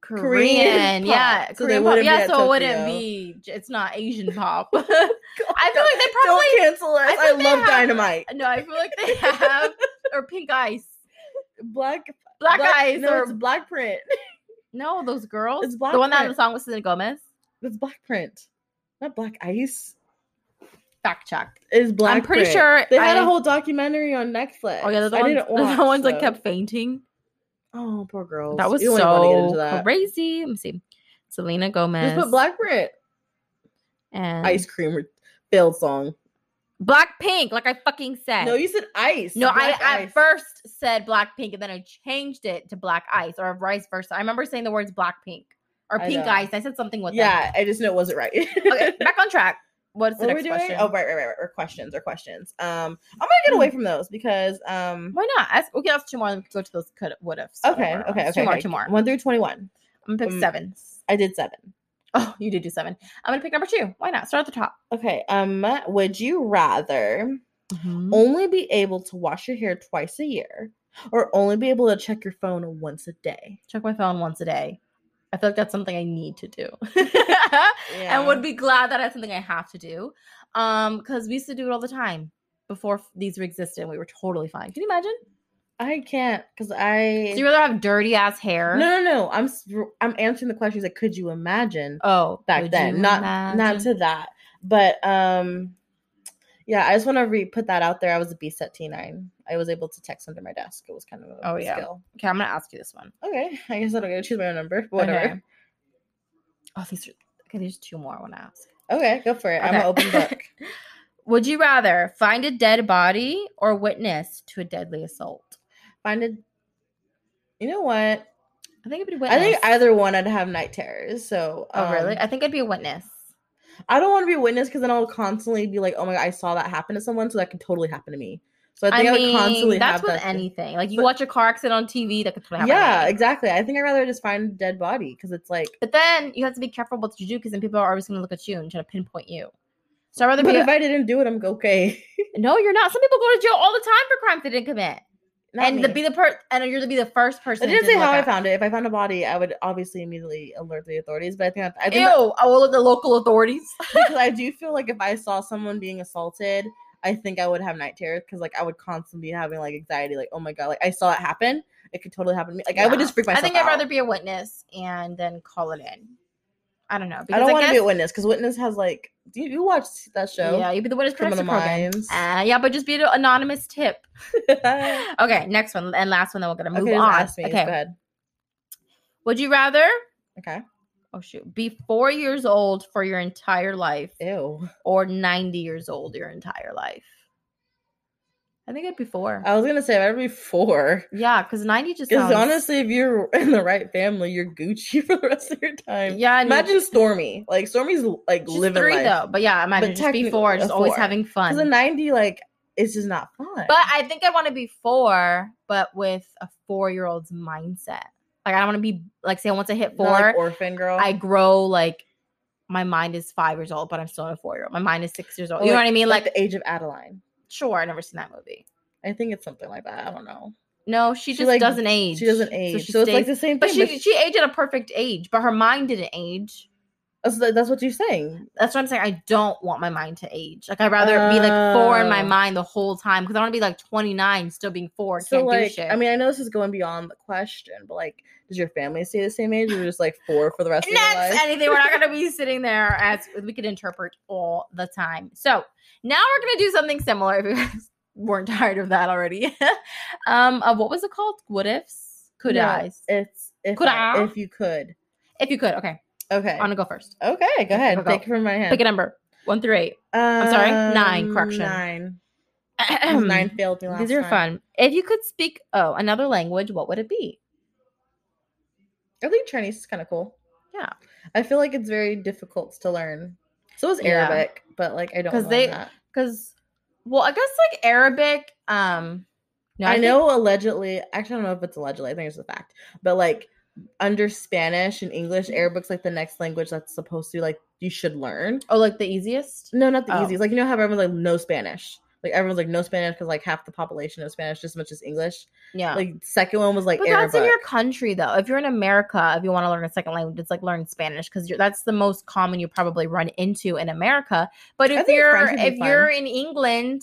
Speaker 1: Korean,
Speaker 2: Korean pop,
Speaker 1: yeah,
Speaker 2: so they
Speaker 1: Korean pop,
Speaker 2: wouldn't be
Speaker 1: yeah.
Speaker 2: at
Speaker 1: So it wouldn't
Speaker 2: Tokyo.
Speaker 1: be. It's not Asian pop. I feel like they probably
Speaker 2: Don't cancel us.
Speaker 1: I
Speaker 2: I,
Speaker 1: think they
Speaker 2: love
Speaker 1: have-
Speaker 2: Dynamite.
Speaker 1: no. I feel like they have or Pink Ice,
Speaker 2: Black,
Speaker 1: Black, Eyes,
Speaker 2: No,
Speaker 1: or
Speaker 2: it's Black Print.
Speaker 1: no, those girls.
Speaker 2: It's Black
Speaker 1: the one that on the
Speaker 2: Print.
Speaker 1: song with Selena Gomez.
Speaker 2: It's Black Print. Not Black Ice.
Speaker 1: Fact check.
Speaker 2: It's Black.
Speaker 1: I'm pretty
Speaker 2: Print.
Speaker 1: sure
Speaker 2: They had
Speaker 1: a
Speaker 2: a whole documentary on Netflix.
Speaker 1: Oh yeah, those
Speaker 2: I
Speaker 1: ones.
Speaker 2: didn't
Speaker 1: those
Speaker 2: watch,
Speaker 1: ones like
Speaker 2: so-
Speaker 1: kept fainting.
Speaker 2: Oh, poor girls.
Speaker 1: That was
Speaker 2: You don't even wanna get
Speaker 1: so
Speaker 2: into that.
Speaker 1: crazy. Let me see. Selena Gomez.
Speaker 2: Just put Black Print
Speaker 1: and
Speaker 2: ice cream re- failed song.
Speaker 1: Black Pink, like I fucking said.
Speaker 2: No, you said ice.
Speaker 1: No, I
Speaker 2: Black
Speaker 1: at
Speaker 2: Ice.
Speaker 1: first said black pink and then I changed it to black ice or vice versa. I remember saying the words black pink or
Speaker 2: I
Speaker 1: pink
Speaker 2: know.
Speaker 1: ice. I said something with
Speaker 2: Yeah, I just know it wasn't right.
Speaker 1: That. Okay, back on track. What's the
Speaker 2: what are we
Speaker 1: next
Speaker 2: doing?
Speaker 1: question? Hmm.
Speaker 2: Oh, right, right, right, right. Or questions, or questions. Um, I'm gonna get away from those because um.
Speaker 1: Why not? Ask, we can ask two more and we can go to those could would have.
Speaker 2: Okay, okay, okay.
Speaker 1: Two more,
Speaker 2: okay.
Speaker 1: two more.
Speaker 2: One through twenty-one.
Speaker 1: I'm gonna pick
Speaker 2: um,
Speaker 1: seven.
Speaker 2: I did seven.
Speaker 1: Oh, you did do seven. I'm gonna pick number two. Why not? Start at the top.
Speaker 2: Okay. Um, would you rather
Speaker 1: Mm-hmm.
Speaker 2: only be able to wash your hair twice a year, or only be able to check your phone once a day?
Speaker 1: Check my phone once a day. I feel like that's something I need to do. and would be glad that that's something I have to do. Um, because we used to do it all the time before f- these were existed. We were totally fine. Can you imagine?
Speaker 2: I can't because
Speaker 1: Do
Speaker 2: I.
Speaker 1: you rather have dirty ass hair?
Speaker 2: No, no, no. I'm s- I'm answering the questions. Like, could you imagine
Speaker 1: Oh,
Speaker 2: back
Speaker 1: would you
Speaker 2: then? Not not
Speaker 1: imagine?
Speaker 2: to that, but um, yeah. I just want to re put that out there. I was a beast at T nine. I was able to text under my desk. It was kind of a
Speaker 1: Oh, yeah.
Speaker 2: skill.
Speaker 1: Okay, I'm gonna ask you this one.
Speaker 2: Okay, I guess I don't get to choose my own number. but Whatever.
Speaker 1: Okay. Oh, these are okay. There's two more I want to ask.
Speaker 2: Okay, go for it. I'm an
Speaker 1: Okay.
Speaker 2: open book.
Speaker 1: Would you rather find a dead body or witness to a deadly assault?
Speaker 2: Find a. You know what?
Speaker 1: I think it'd be
Speaker 2: I
Speaker 1: witness.
Speaker 2: think either one I'd have night terrors. So
Speaker 1: Oh, really?
Speaker 2: um,
Speaker 1: I think I'd be a witness.
Speaker 2: I don't want to be a witness because then I'll constantly be like, oh my god, I saw that happen to someone, so that could totally happen to me. So I
Speaker 1: I,
Speaker 2: think I,
Speaker 1: mean,
Speaker 2: would constantly
Speaker 1: that's
Speaker 2: have
Speaker 1: with
Speaker 2: that. thing.
Speaker 1: anything. Like you
Speaker 2: But-
Speaker 1: watch a car accident on TV, that could happen. to
Speaker 2: yeah,
Speaker 1: me.
Speaker 2: exactly. I think I'd rather just find a dead body because it's like.
Speaker 1: But then you have to be careful what you do because then people are always going to look at you and try to pinpoint you. So I'd rather
Speaker 2: But
Speaker 1: be.
Speaker 2: if I didn't do it, I'm okay.
Speaker 1: no, you're not. Some people go to jail all the time for crimes they didn't commit,
Speaker 2: Not
Speaker 1: and to
Speaker 2: me.
Speaker 1: be the per and you're to be the first person.
Speaker 2: I didn't say
Speaker 1: look
Speaker 2: how I
Speaker 1: at.
Speaker 2: found it. If I found a body, I would obviously immediately alert the authorities. But I think that, I
Speaker 1: Ew!
Speaker 2: think that-
Speaker 1: All of the local authorities.
Speaker 2: because I do feel like if I saw someone being assaulted, I think I would have night terrors because like I would constantly be having like anxiety, like oh my god, like I saw it happen. It could totally happen to me. Like I would
Speaker 1: Yeah.
Speaker 2: just freak
Speaker 1: I
Speaker 2: myself.
Speaker 1: think I'd
Speaker 2: out.
Speaker 1: rather be a witness and then call it in. I don't know.
Speaker 2: I don't want to
Speaker 1: guess-
Speaker 2: be a witness because witness has like do you, you watch that show?
Speaker 1: Yeah, you'd be the witness
Speaker 2: Criminal
Speaker 1: protection program.
Speaker 2: Minds.
Speaker 1: Uh, yeah, but just be an anonymous tip.
Speaker 2: okay,
Speaker 1: okay, next one and last one. Then we're gonna move
Speaker 2: just
Speaker 1: on.
Speaker 2: ask me. Go
Speaker 1: okay,
Speaker 2: ahead.
Speaker 1: would you rather?
Speaker 2: Okay.
Speaker 1: Oh shoot, be four years old for your entire life
Speaker 2: Ew.
Speaker 1: or 90 years old your entire life. I think it'd be four.
Speaker 2: I was gonna say that'd be four.
Speaker 1: yeah, because ninety just
Speaker 2: Because
Speaker 1: sounds.
Speaker 2: honestly, if you're in the right family, you're Gucci for the rest of your time.
Speaker 1: yeah, I mean,
Speaker 2: Imagine Stormy. Like Stormy's like
Speaker 1: she's
Speaker 2: living
Speaker 1: three
Speaker 2: life.
Speaker 1: though. But yeah, imagine just be
Speaker 2: technically
Speaker 1: four,
Speaker 2: a
Speaker 1: just always
Speaker 2: four.
Speaker 1: having fun.
Speaker 2: Because a ninety, like, it's just not fun.
Speaker 1: But I think I want to be four, but with a four year old's mindset. Like I don't want to be like say once I hit
Speaker 2: Not
Speaker 1: four,
Speaker 2: like orphan girl.
Speaker 1: I grow like my mind is five years old, but I'm still a four year old. My mind is six years old.
Speaker 2: Or
Speaker 1: you know what I mean? Like,
Speaker 2: the age of Adeline.
Speaker 1: sure, I never seen that movie.
Speaker 2: I think it's something like that. I don't know.
Speaker 1: No, she,
Speaker 2: She,
Speaker 1: just
Speaker 2: like,
Speaker 1: doesn't age.
Speaker 2: She doesn't age, so,
Speaker 1: she
Speaker 2: it's like
Speaker 1: stays-
Speaker 2: the same
Speaker 1: but
Speaker 2: thing. But
Speaker 1: she she aged at a perfect age, but her mind didn't age.
Speaker 2: that's, that's what you're saying.
Speaker 1: That's what I'm saying. I don't want my mind to age. Like I'd rather be like four in my
Speaker 2: Oh.
Speaker 1: mind the whole time because I want to be like 29, still being four.
Speaker 2: So
Speaker 1: can't do
Speaker 2: like,
Speaker 1: shit.
Speaker 2: I mean, I know this is going beyond the question, but like, does your family stay the same age, or just like four for the rest of your
Speaker 1: next
Speaker 2: life?
Speaker 1: anything we're not going to be sitting there as we could interpret all the time so now we're going to do something similar if you guys weren't tired of that already um of what was it called what ifs could
Speaker 2: No,
Speaker 1: i's
Speaker 2: It's if
Speaker 1: Could
Speaker 2: I-
Speaker 1: I?
Speaker 2: if you could.
Speaker 1: if you could okay
Speaker 2: Okay.
Speaker 1: i want to go first
Speaker 2: okay. Go ahead.
Speaker 1: Go, go.
Speaker 2: Take it from my hand.
Speaker 1: pick a number one through eight
Speaker 2: I'm
Speaker 1: sorry, nine, correction.
Speaker 2: Nine. 'Cause nine failed me last
Speaker 1: these are
Speaker 2: time.
Speaker 1: fun if you could speak oh another language what would it be
Speaker 2: I think Chinese is kind of cool.
Speaker 1: Yeah.
Speaker 2: I feel like it's very difficult to learn. So is
Speaker 1: Yeah.
Speaker 2: Arabic, but like I don't
Speaker 1: 'Cause
Speaker 2: know
Speaker 1: they-
Speaker 2: that.
Speaker 1: because well i guess like arabic um no,
Speaker 2: I
Speaker 1: think-
Speaker 2: know allegedly, actually, I don't know if it's allegedly, I think it's a fact, but like under Spanish and English, Arabic's like the next language that's supposed to like you should learn.
Speaker 1: oh like the easiest
Speaker 2: No, not the
Speaker 1: Oh.
Speaker 2: easiest. Like, you know how everyone's like, no Spanish. Like, everyone's like, no Spanish because like half the population knows Spanish just as much as English.
Speaker 1: yeah
Speaker 2: Like, second one was like
Speaker 1: Oh. But
Speaker 2: Arabic.
Speaker 1: that's in your country, though. If you're in America, if you want to learn a second language, it's like learn Spanish because that's the most common you probably run into in America. But
Speaker 2: I
Speaker 1: if
Speaker 2: think
Speaker 1: you're
Speaker 2: French would be
Speaker 1: if
Speaker 2: fun.
Speaker 1: you're in England,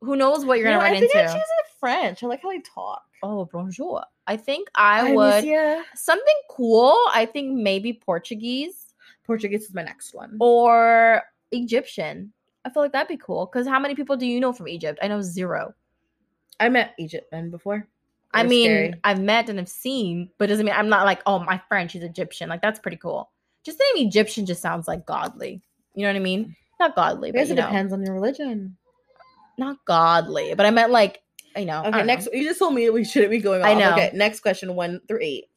Speaker 1: who knows what you're
Speaker 2: You know,
Speaker 1: gonna
Speaker 2: I
Speaker 1: run
Speaker 2: think I
Speaker 1: into?
Speaker 2: choose it French. I like how they talk.
Speaker 1: oh, bonjour. I think I
Speaker 2: Hi,
Speaker 1: would
Speaker 2: Alicia.
Speaker 1: something cool. I think maybe Portuguese
Speaker 2: Portuguese is my next one.
Speaker 1: or Egyptian. I feel like that'd be cool because how many people do you know from Egypt? I know zero.
Speaker 2: I met Egypt men before.
Speaker 1: I
Speaker 2: They're
Speaker 1: mean,
Speaker 2: scary.
Speaker 1: I've met and I've seen, but it doesn't mean I'm not like, oh, my friend, she's Egyptian. Like that's pretty cool. Just the name Egyptian just sounds like godly. You know what I mean? Not godly,
Speaker 2: I
Speaker 1: but
Speaker 2: guess
Speaker 1: you
Speaker 2: it
Speaker 1: know,
Speaker 2: depends on your religion.
Speaker 1: not godly. But I meant like, you know. I
Speaker 2: Okay,
Speaker 1: don't know.
Speaker 2: next. You just told me we shouldn't be going. Off.
Speaker 1: I know.
Speaker 2: Okay, next question one through eight,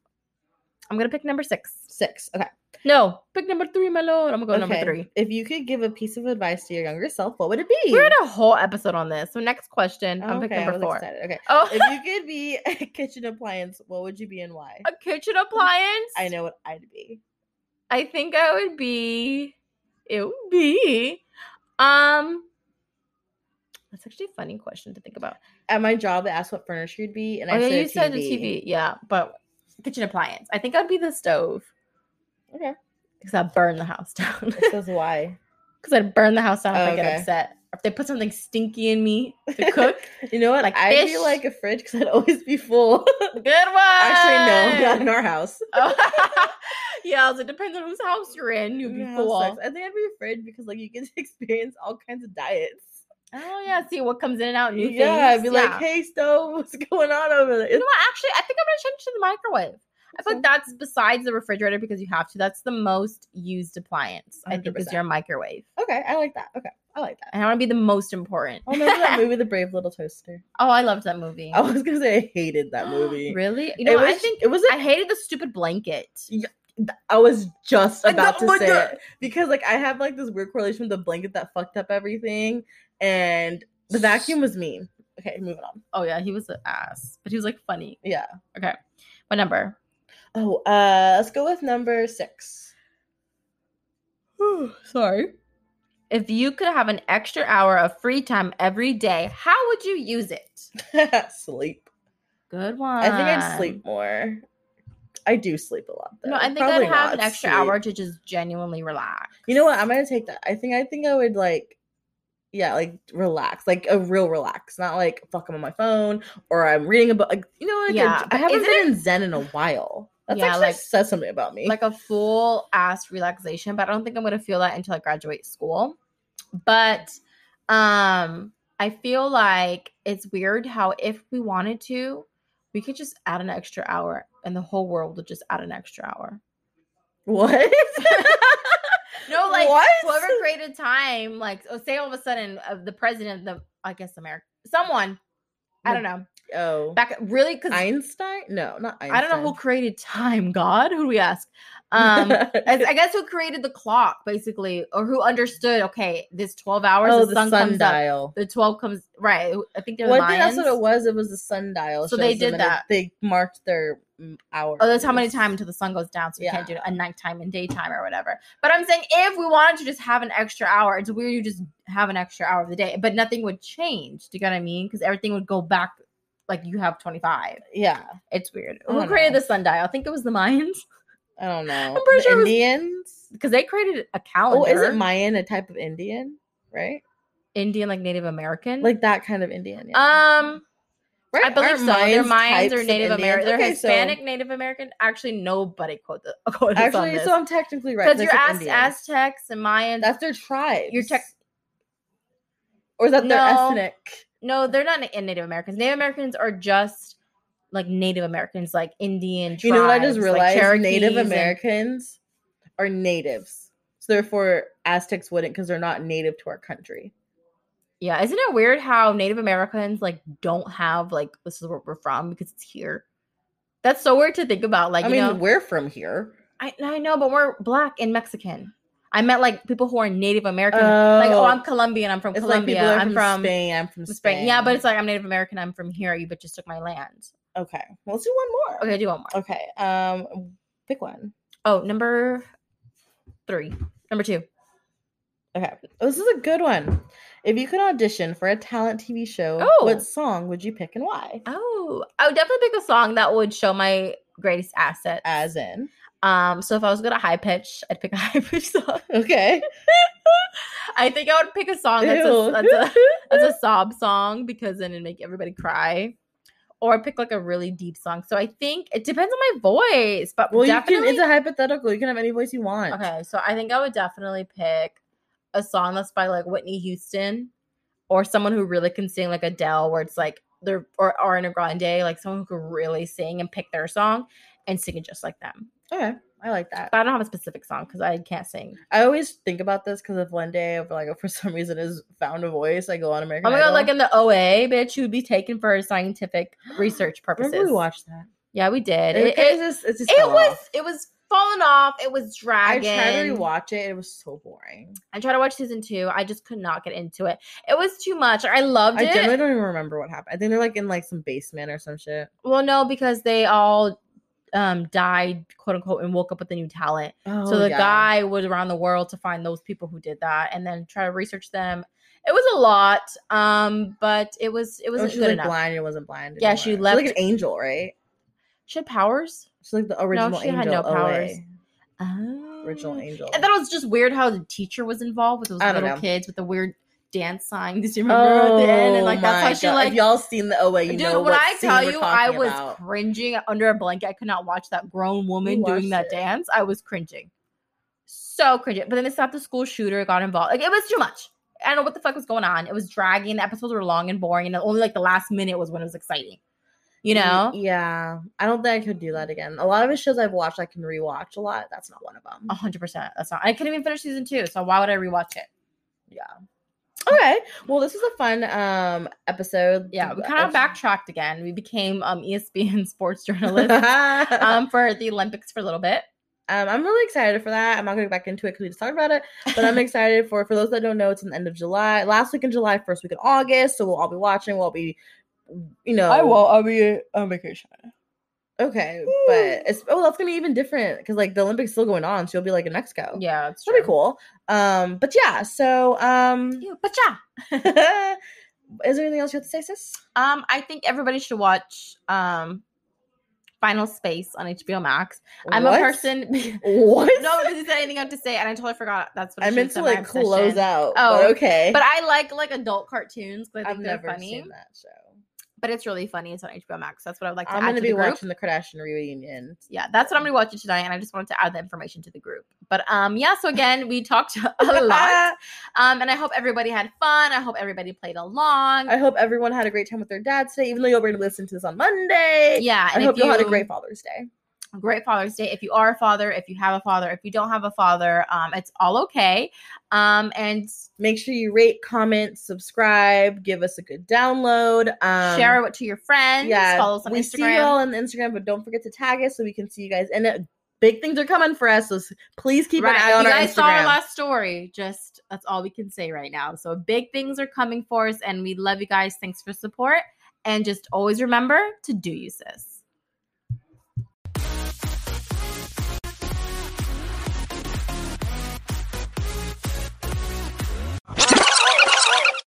Speaker 1: I'm gonna pick number six.
Speaker 2: six. Okay,
Speaker 1: No, pick number three, my lord. I'm gonna go number
Speaker 2: Okay.
Speaker 1: three.
Speaker 2: If you could give a piece of advice to your younger self, what would it be?
Speaker 1: We're in a whole episode on this. So next question, I'm
Speaker 2: okay,
Speaker 1: pick
Speaker 2: I
Speaker 1: number
Speaker 2: was
Speaker 1: four.
Speaker 2: excited. Okay,
Speaker 1: Oh,
Speaker 2: if you could be a kitchen appliance, what would you be and why?
Speaker 1: a kitchen appliance.
Speaker 2: I know what I'd be.
Speaker 1: I think I would be. It would be. Um, that's actually a funny question to think about.
Speaker 2: At my job, they asked what furniture you'd be, and
Speaker 1: oh
Speaker 2: I
Speaker 1: yeah,
Speaker 2: said,
Speaker 1: you
Speaker 2: a
Speaker 1: said the
Speaker 2: TV.
Speaker 1: TV, yeah, but kitchen appliance. I think I'd be the stove.
Speaker 2: Okay.
Speaker 1: because I'd burn the house down.
Speaker 2: It says why.
Speaker 1: Because I'd burn the house down if I
Speaker 2: Okay.
Speaker 1: get upset. Or if they put something stinky in me to cook,
Speaker 2: You know what?
Speaker 1: Like
Speaker 2: I'd
Speaker 1: fish.
Speaker 2: be like a fridge because I'd always be full.
Speaker 1: good one.
Speaker 2: Actually, no, not in our house.
Speaker 1: Oh. yeah, I was like, depends on whose house you're in. You'd be
Speaker 2: Your house
Speaker 1: full.
Speaker 2: sucks. I think I'd be afraid because like you get to experience all kinds of diets.
Speaker 1: Oh yeah, see what comes in and out. New
Speaker 2: yeah,
Speaker 1: things.
Speaker 2: I'd be like,
Speaker 1: Yeah.
Speaker 2: hey stove, what's going on over there?
Speaker 1: You know what? Actually, I think I'm gonna change to the microwave. I feel
Speaker 2: Okay.
Speaker 1: like that's besides the refrigerator because you have to. That's the most used appliance. I think is
Speaker 2: 100%.
Speaker 1: your microwave,
Speaker 2: okay, I like that. Okay, I like that.
Speaker 1: and I want to be the most important.
Speaker 2: Oh, remember that movie, The Brave Little Toaster?
Speaker 1: Oh, I loved that movie.
Speaker 2: I was gonna say I hated that movie.
Speaker 1: really? You
Speaker 2: it
Speaker 1: know,
Speaker 2: was,
Speaker 1: I think
Speaker 2: it was.
Speaker 1: I hated the stupid blanket.
Speaker 2: I was just
Speaker 1: And the-
Speaker 2: about
Speaker 1: oh
Speaker 2: to
Speaker 1: my
Speaker 2: say
Speaker 1: God.
Speaker 2: it because like I have like this weird correlation with the blanket that fucked up everything, and the vacuum was mean. Okay, moving on.
Speaker 1: Oh yeah, he was an ass, but he was like funny.
Speaker 2: Yeah.
Speaker 1: Okay, what number?
Speaker 2: Oh, uh, let's go with number six.
Speaker 1: Sorry. If you could have an extra hour of free time every day, how would you use it?
Speaker 2: Sleep.
Speaker 1: Good one.
Speaker 2: I think I'd sleep more. I do sleep a lot though.
Speaker 1: Um, No, I think
Speaker 2: Probably
Speaker 1: I'd have
Speaker 2: not
Speaker 1: an extra
Speaker 2: sleep.
Speaker 1: hour to just genuinely relax.
Speaker 2: You know what? I'm gonna take that. I think I think I would like yeah, like relax, like a real relax, not like fuck I'm on my phone or I'm reading a book. Like, you know, like
Speaker 1: Yeah,
Speaker 2: yeah, I I
Speaker 1: but
Speaker 2: haven't
Speaker 1: isn't
Speaker 2: been in Zen in a while. That's
Speaker 1: Yeah,
Speaker 2: actually
Speaker 1: like-
Speaker 2: says something about me.
Speaker 1: like a full ass relaxation, but I don't think I'm gonna feel that until I graduate school. But um I feel like it's weird how if we wanted to, we could just add an extra hour and the whole world would just add an extra hour.
Speaker 2: what?
Speaker 1: No, like
Speaker 2: What?
Speaker 1: whoever created at a time, like oh, say all of a sudden uh, the president of the I guess America, someone, I don't know,
Speaker 2: Oh,
Speaker 1: back really because
Speaker 2: Einstein? No, not Einstein.
Speaker 1: I don't know who created time. God, who do we ask? Um, I, I guess who created the clock, basically, or who understood? Okay, this twelve hours,
Speaker 2: oh,
Speaker 1: the,
Speaker 2: the
Speaker 1: sun comes up.
Speaker 2: sundial.
Speaker 1: The twelve comes right. I think they're
Speaker 2: Well, I
Speaker 1: Mayans.
Speaker 2: think that's what it was. It was the sundial.
Speaker 1: So they
Speaker 2: shows them
Speaker 1: did
Speaker 2: and it-
Speaker 1: that.
Speaker 2: They marked their mm, hours.
Speaker 1: Oh, that's how many times until the sun goes down, so you
Speaker 2: Yeah.
Speaker 1: can't do a nighttime and daytime or whatever. But I'm saying if we wanted to just have an extra hour, it's weird you just have an extra hour of the day, but nothing would change. Do you get what I mean? Because everything would go back like you have 25.
Speaker 2: Yeah,
Speaker 1: It's weird.
Speaker 2: I
Speaker 1: Who
Speaker 2: don't
Speaker 1: created
Speaker 2: know.
Speaker 1: the sundial? I think it was the Mayans
Speaker 2: I don't know.
Speaker 1: pretty
Speaker 2: The
Speaker 1: sure it was-
Speaker 2: Indians.
Speaker 1: because they created a
Speaker 2: Oh,
Speaker 1: calendar.
Speaker 2: isn't Mayan a type of Indian? Right,
Speaker 1: Indian like Native American?
Speaker 2: like that kind of Indian. yeah.
Speaker 1: um, Mm-hmm.
Speaker 2: right?
Speaker 1: I believe
Speaker 2: Aren't
Speaker 1: so. They're Mayans
Speaker 2: types
Speaker 1: or
Speaker 2: of
Speaker 1: Native
Speaker 2: Indians?
Speaker 1: American. They're
Speaker 2: Okay, so-
Speaker 1: Hispanic, Native American. Actually, nobody quote the quote us on
Speaker 2: Actually,
Speaker 1: this.
Speaker 2: so I'm technically right.
Speaker 1: because
Speaker 2: They're
Speaker 1: you're
Speaker 2: just
Speaker 1: Az-
Speaker 2: Indians.
Speaker 1: Aztecs and Mayans.
Speaker 2: That's their tribe.
Speaker 1: You're tech-
Speaker 2: Or is that their
Speaker 1: No.
Speaker 2: ethnic?
Speaker 1: No, they're not Na- Native Americans. Native Americans are just like Native Americans, like Indian.
Speaker 2: You know what I just
Speaker 1: tribes, like
Speaker 2: realized? Native
Speaker 1: Cherokees and-
Speaker 2: Americans are natives. So therefore Aztecs wouldn't because they're not native to our country.
Speaker 1: yeah, isn't it weird how Native Americans like don't have like this is where we're from because it's here. That's so weird to think about. Like,
Speaker 2: I
Speaker 1: Uh, you
Speaker 2: mean,
Speaker 1: know,
Speaker 2: we're from here.
Speaker 1: I, I know, but we're black and Mexican. I meant like people who are Native American. like, oh,
Speaker 2: Oh.
Speaker 1: I'm Colombian. I'm from
Speaker 2: It's like
Speaker 1: Colombia.
Speaker 2: people are
Speaker 1: I'm
Speaker 2: from,
Speaker 1: from Spain.
Speaker 2: Spain. I'm from Spain.
Speaker 1: Yeah, but it's like I'm Native American. I'm from here. You but just took my land.
Speaker 2: Okay. Well, let's do one more.
Speaker 1: Okay, do one more.
Speaker 2: Okay. Um pick one.
Speaker 1: Oh, number three. Number two.
Speaker 2: Okay. oh, This is a good one. If you could audition for a talent TV show,
Speaker 1: Oh.
Speaker 2: what song would you pick and why?
Speaker 1: Oh, I would definitely pick a song that would show my greatest asset.
Speaker 2: As in.
Speaker 1: Um, so if I was good at high pitch, I'd pick a high pitch song.
Speaker 2: Okay.
Speaker 1: I think I would pick a song that's a,
Speaker 2: Ew.
Speaker 1: that's a that's a sob song because then it'd make everybody cry. Or pick like a really deep song. So I think it depends on my voice, but
Speaker 2: Well,
Speaker 1: definitely.
Speaker 2: you can. It's a hypothetical. You can have any voice you want.
Speaker 1: okay, so I think I would definitely pick a song that's by like Whitney Houston or someone who really can sing, like Adele, where it's like they're or Ariana Grande, like someone who could really sing and pick their song and sing it just like them.
Speaker 2: Okay. I like that.
Speaker 1: But I don't have a specific song because I can't sing.
Speaker 2: I always think about this because if one day, if like for some reason, is found a voice, I go on American.
Speaker 1: Oh my god,
Speaker 2: Idol.
Speaker 1: like in the OA, bitch, you would be taken for scientific research purposes.
Speaker 2: remember we watched that.
Speaker 1: Yeah, we did. It,
Speaker 2: It,
Speaker 1: it,
Speaker 2: just, it just
Speaker 1: it
Speaker 2: fell
Speaker 1: was
Speaker 2: off.
Speaker 1: it was falling off. It was
Speaker 2: I
Speaker 1: dragging.
Speaker 2: tried to rewatch it. It was so boring.
Speaker 1: I tried to watch season two. I just could not get into it. It was too much. I loved
Speaker 2: I
Speaker 1: Oh, it.
Speaker 2: generally don't even remember what happened. I think they're like in like some basement or some shit.
Speaker 1: well, no, because they all um died, quote unquote, and woke up with a new talent.
Speaker 2: Oh,
Speaker 1: so the
Speaker 2: yeah.
Speaker 1: guy was around the world to find those people who did that and then try to research them. It was a lot, um, but it was it
Speaker 2: Oh,
Speaker 1: wasn't
Speaker 2: she was
Speaker 1: good
Speaker 2: like
Speaker 1: enough.
Speaker 2: blind and wasn't blind.
Speaker 1: Yeah, she
Speaker 2: anymore. She's
Speaker 1: left-
Speaker 2: like an angel, right?
Speaker 1: She had powers.
Speaker 2: She's like the original
Speaker 1: she
Speaker 2: angel.
Speaker 1: had no
Speaker 2: OA,
Speaker 1: powers.
Speaker 2: Original angel.
Speaker 1: I thought it Um, was just weird how the teacher was involved with those
Speaker 2: I don't
Speaker 1: little
Speaker 2: know.
Speaker 1: kids with the weird dance sign. Did you remember at the end? And like that's
Speaker 2: Oh my
Speaker 1: how she
Speaker 2: God.
Speaker 1: like
Speaker 2: If y'all seen the OA, you
Speaker 1: Dude,
Speaker 2: know
Speaker 1: when
Speaker 2: what
Speaker 1: I
Speaker 2: scene
Speaker 1: tell
Speaker 2: we're
Speaker 1: you I
Speaker 2: talking
Speaker 1: was
Speaker 2: about.
Speaker 1: cringing under a blanket, I could not watch that grown woman
Speaker 2: You
Speaker 1: doing
Speaker 2: watched
Speaker 1: that
Speaker 2: it.
Speaker 1: dance. I was cringing. So cringing. But then they stopped the school shooter, got involved. Like it was too much. I don't know what the fuck was going on. It was dragging. The episodes were long and boring, and only like the last minute was when it was exciting. You
Speaker 2: Y-
Speaker 1: know?
Speaker 2: Yeah. I don't think I could do that again. A lot of his shows I've watched, I can rewatch a lot. That's not one of them.
Speaker 1: A hundred percent. That's not. I couldn't even finish season two, so why would I rewatch it?
Speaker 2: Okay. Well, this was a fun um episode.
Speaker 1: Yeah, we kind of backtracked again. We became um ESPN sports journalists
Speaker 2: um,
Speaker 1: um for the Olympics for a little bit.
Speaker 2: um, I'm really excited for that. I'm not going to go back into it because we just talked about it, but I'm excited for for those that don't know, it's in the end of July, last week in July, first week in August. So we'll all be watching. We'll all be, you know,
Speaker 1: I'll be on vacation.
Speaker 2: Okay, but it's oh, that's gonna be even different because like the Olympics still going on, so you'll be like in Mexico.
Speaker 1: Yeah, it's
Speaker 2: that'll be
Speaker 1: true.
Speaker 2: cool. Um, but yeah, so um,
Speaker 1: Yeah, But yeah,
Speaker 2: is there anything else you have to say, sis?
Speaker 1: Um, I think everybody should watch um Final Space on HBO Max. I'm a
Speaker 2: What?
Speaker 1: person. no,
Speaker 2: What?
Speaker 1: because you said anything I have to say, and I totally forgot. That's what
Speaker 2: I
Speaker 1: she
Speaker 2: meant
Speaker 1: said,
Speaker 2: to
Speaker 1: my
Speaker 2: like close
Speaker 1: obsession.
Speaker 2: out.
Speaker 1: Oh,
Speaker 2: but okay.
Speaker 1: But I like like adult cartoons because I think
Speaker 2: have
Speaker 1: they're
Speaker 2: never
Speaker 1: funny.
Speaker 2: seen that show.
Speaker 1: But it's really funny. It's on HBO Max. That's what I would like to
Speaker 2: I'm
Speaker 1: add
Speaker 2: gonna
Speaker 1: to
Speaker 2: be
Speaker 1: the group.
Speaker 2: watching the Kardashian reunion.
Speaker 1: yeah, that's what I'm gonna be watching tonight, and I just wanted to add the information to the group. But um, yeah. So again, we talked a lot, um, and I hope everybody had fun. I hope everybody played along.
Speaker 2: I hope everyone had a great time with their dads today, even though you'll be able to listen to this on Monday.
Speaker 1: yeah,
Speaker 2: I
Speaker 1: and if
Speaker 2: hope you all had a great Father's Day.
Speaker 1: Great Father's Day. If you are a father, if you have a father, if you don't have a father, um, it's all okay. Um, and
Speaker 2: Make sure you rate, comment, subscribe, give us a good download. Um,
Speaker 1: share it to your friends.
Speaker 2: Yeah,
Speaker 1: follow us on
Speaker 2: we
Speaker 1: Instagram.
Speaker 2: see you all on Instagram, but don't forget to tag us so we can see you guys. And uh, big things are coming for us, so s- please keep
Speaker 1: right.
Speaker 2: an eye on
Speaker 1: you
Speaker 2: our
Speaker 1: guys saw our
Speaker 2: Instagram.
Speaker 1: last story. Just that's all we can say right now. So big things are coming for us, and we love you guys. Thanks for support, and just always remember to do you, sis.